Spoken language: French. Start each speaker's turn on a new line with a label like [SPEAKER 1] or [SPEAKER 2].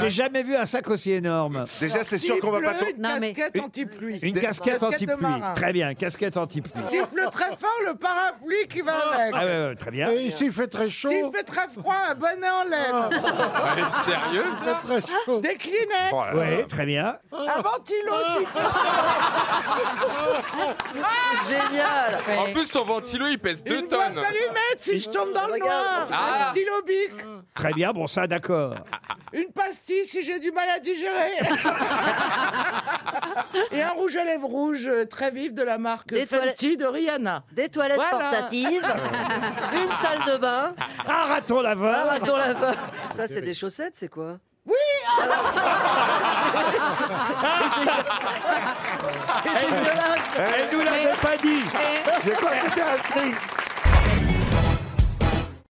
[SPEAKER 1] J'ai jamais vu un sac aussi énorme.
[SPEAKER 2] Déjà, c'est sûr qu'on va pas tomber.
[SPEAKER 3] Une
[SPEAKER 4] Non, mais-
[SPEAKER 3] casquette anti-pluie.
[SPEAKER 1] Une casquette
[SPEAKER 3] de
[SPEAKER 1] anti-pluie.
[SPEAKER 3] marin.
[SPEAKER 1] Très bien, casquette anti-pluie.
[SPEAKER 3] S'il pleut très fort, le parapluie qui va avec.
[SPEAKER 1] Ah ouais, ouais, très bien.
[SPEAKER 5] Et ici, il fait très chaud.
[SPEAKER 3] S'il fait très froid, un bonnet en laine.
[SPEAKER 2] Elle est sérieuse
[SPEAKER 5] Il fait très chaud.
[SPEAKER 3] Des Kleenex.
[SPEAKER 2] Oh là là.
[SPEAKER 1] Oui, très bien.
[SPEAKER 3] Un ventilo qui
[SPEAKER 4] Génial
[SPEAKER 6] En plus, son ventilo, il pèse
[SPEAKER 3] Une
[SPEAKER 6] 2
[SPEAKER 3] boîte
[SPEAKER 6] tonnes.
[SPEAKER 3] d'allumettes si je tombe dans le noir.
[SPEAKER 6] Ah.
[SPEAKER 3] Un stylo bic.
[SPEAKER 1] Très bien, bon, ça, d'accord.
[SPEAKER 3] Une pastille si j'ai du mal à digérer. Et un rouge à lèvres rouge euh, très vif de la marque
[SPEAKER 4] Des
[SPEAKER 3] Fenty de Rihanna.
[SPEAKER 4] Des toilettes
[SPEAKER 3] Voilà.
[SPEAKER 4] portatives, une salle de bain,
[SPEAKER 1] Un Ah, raton
[SPEAKER 4] un
[SPEAKER 1] laveur.
[SPEAKER 4] raton laveur. Ça, c'est des chaussettes, c'est quoi Oui C'est dégueulasse.
[SPEAKER 1] Elle nous l'avait pas dit.
[SPEAKER 2] J'ai pas compris un truc.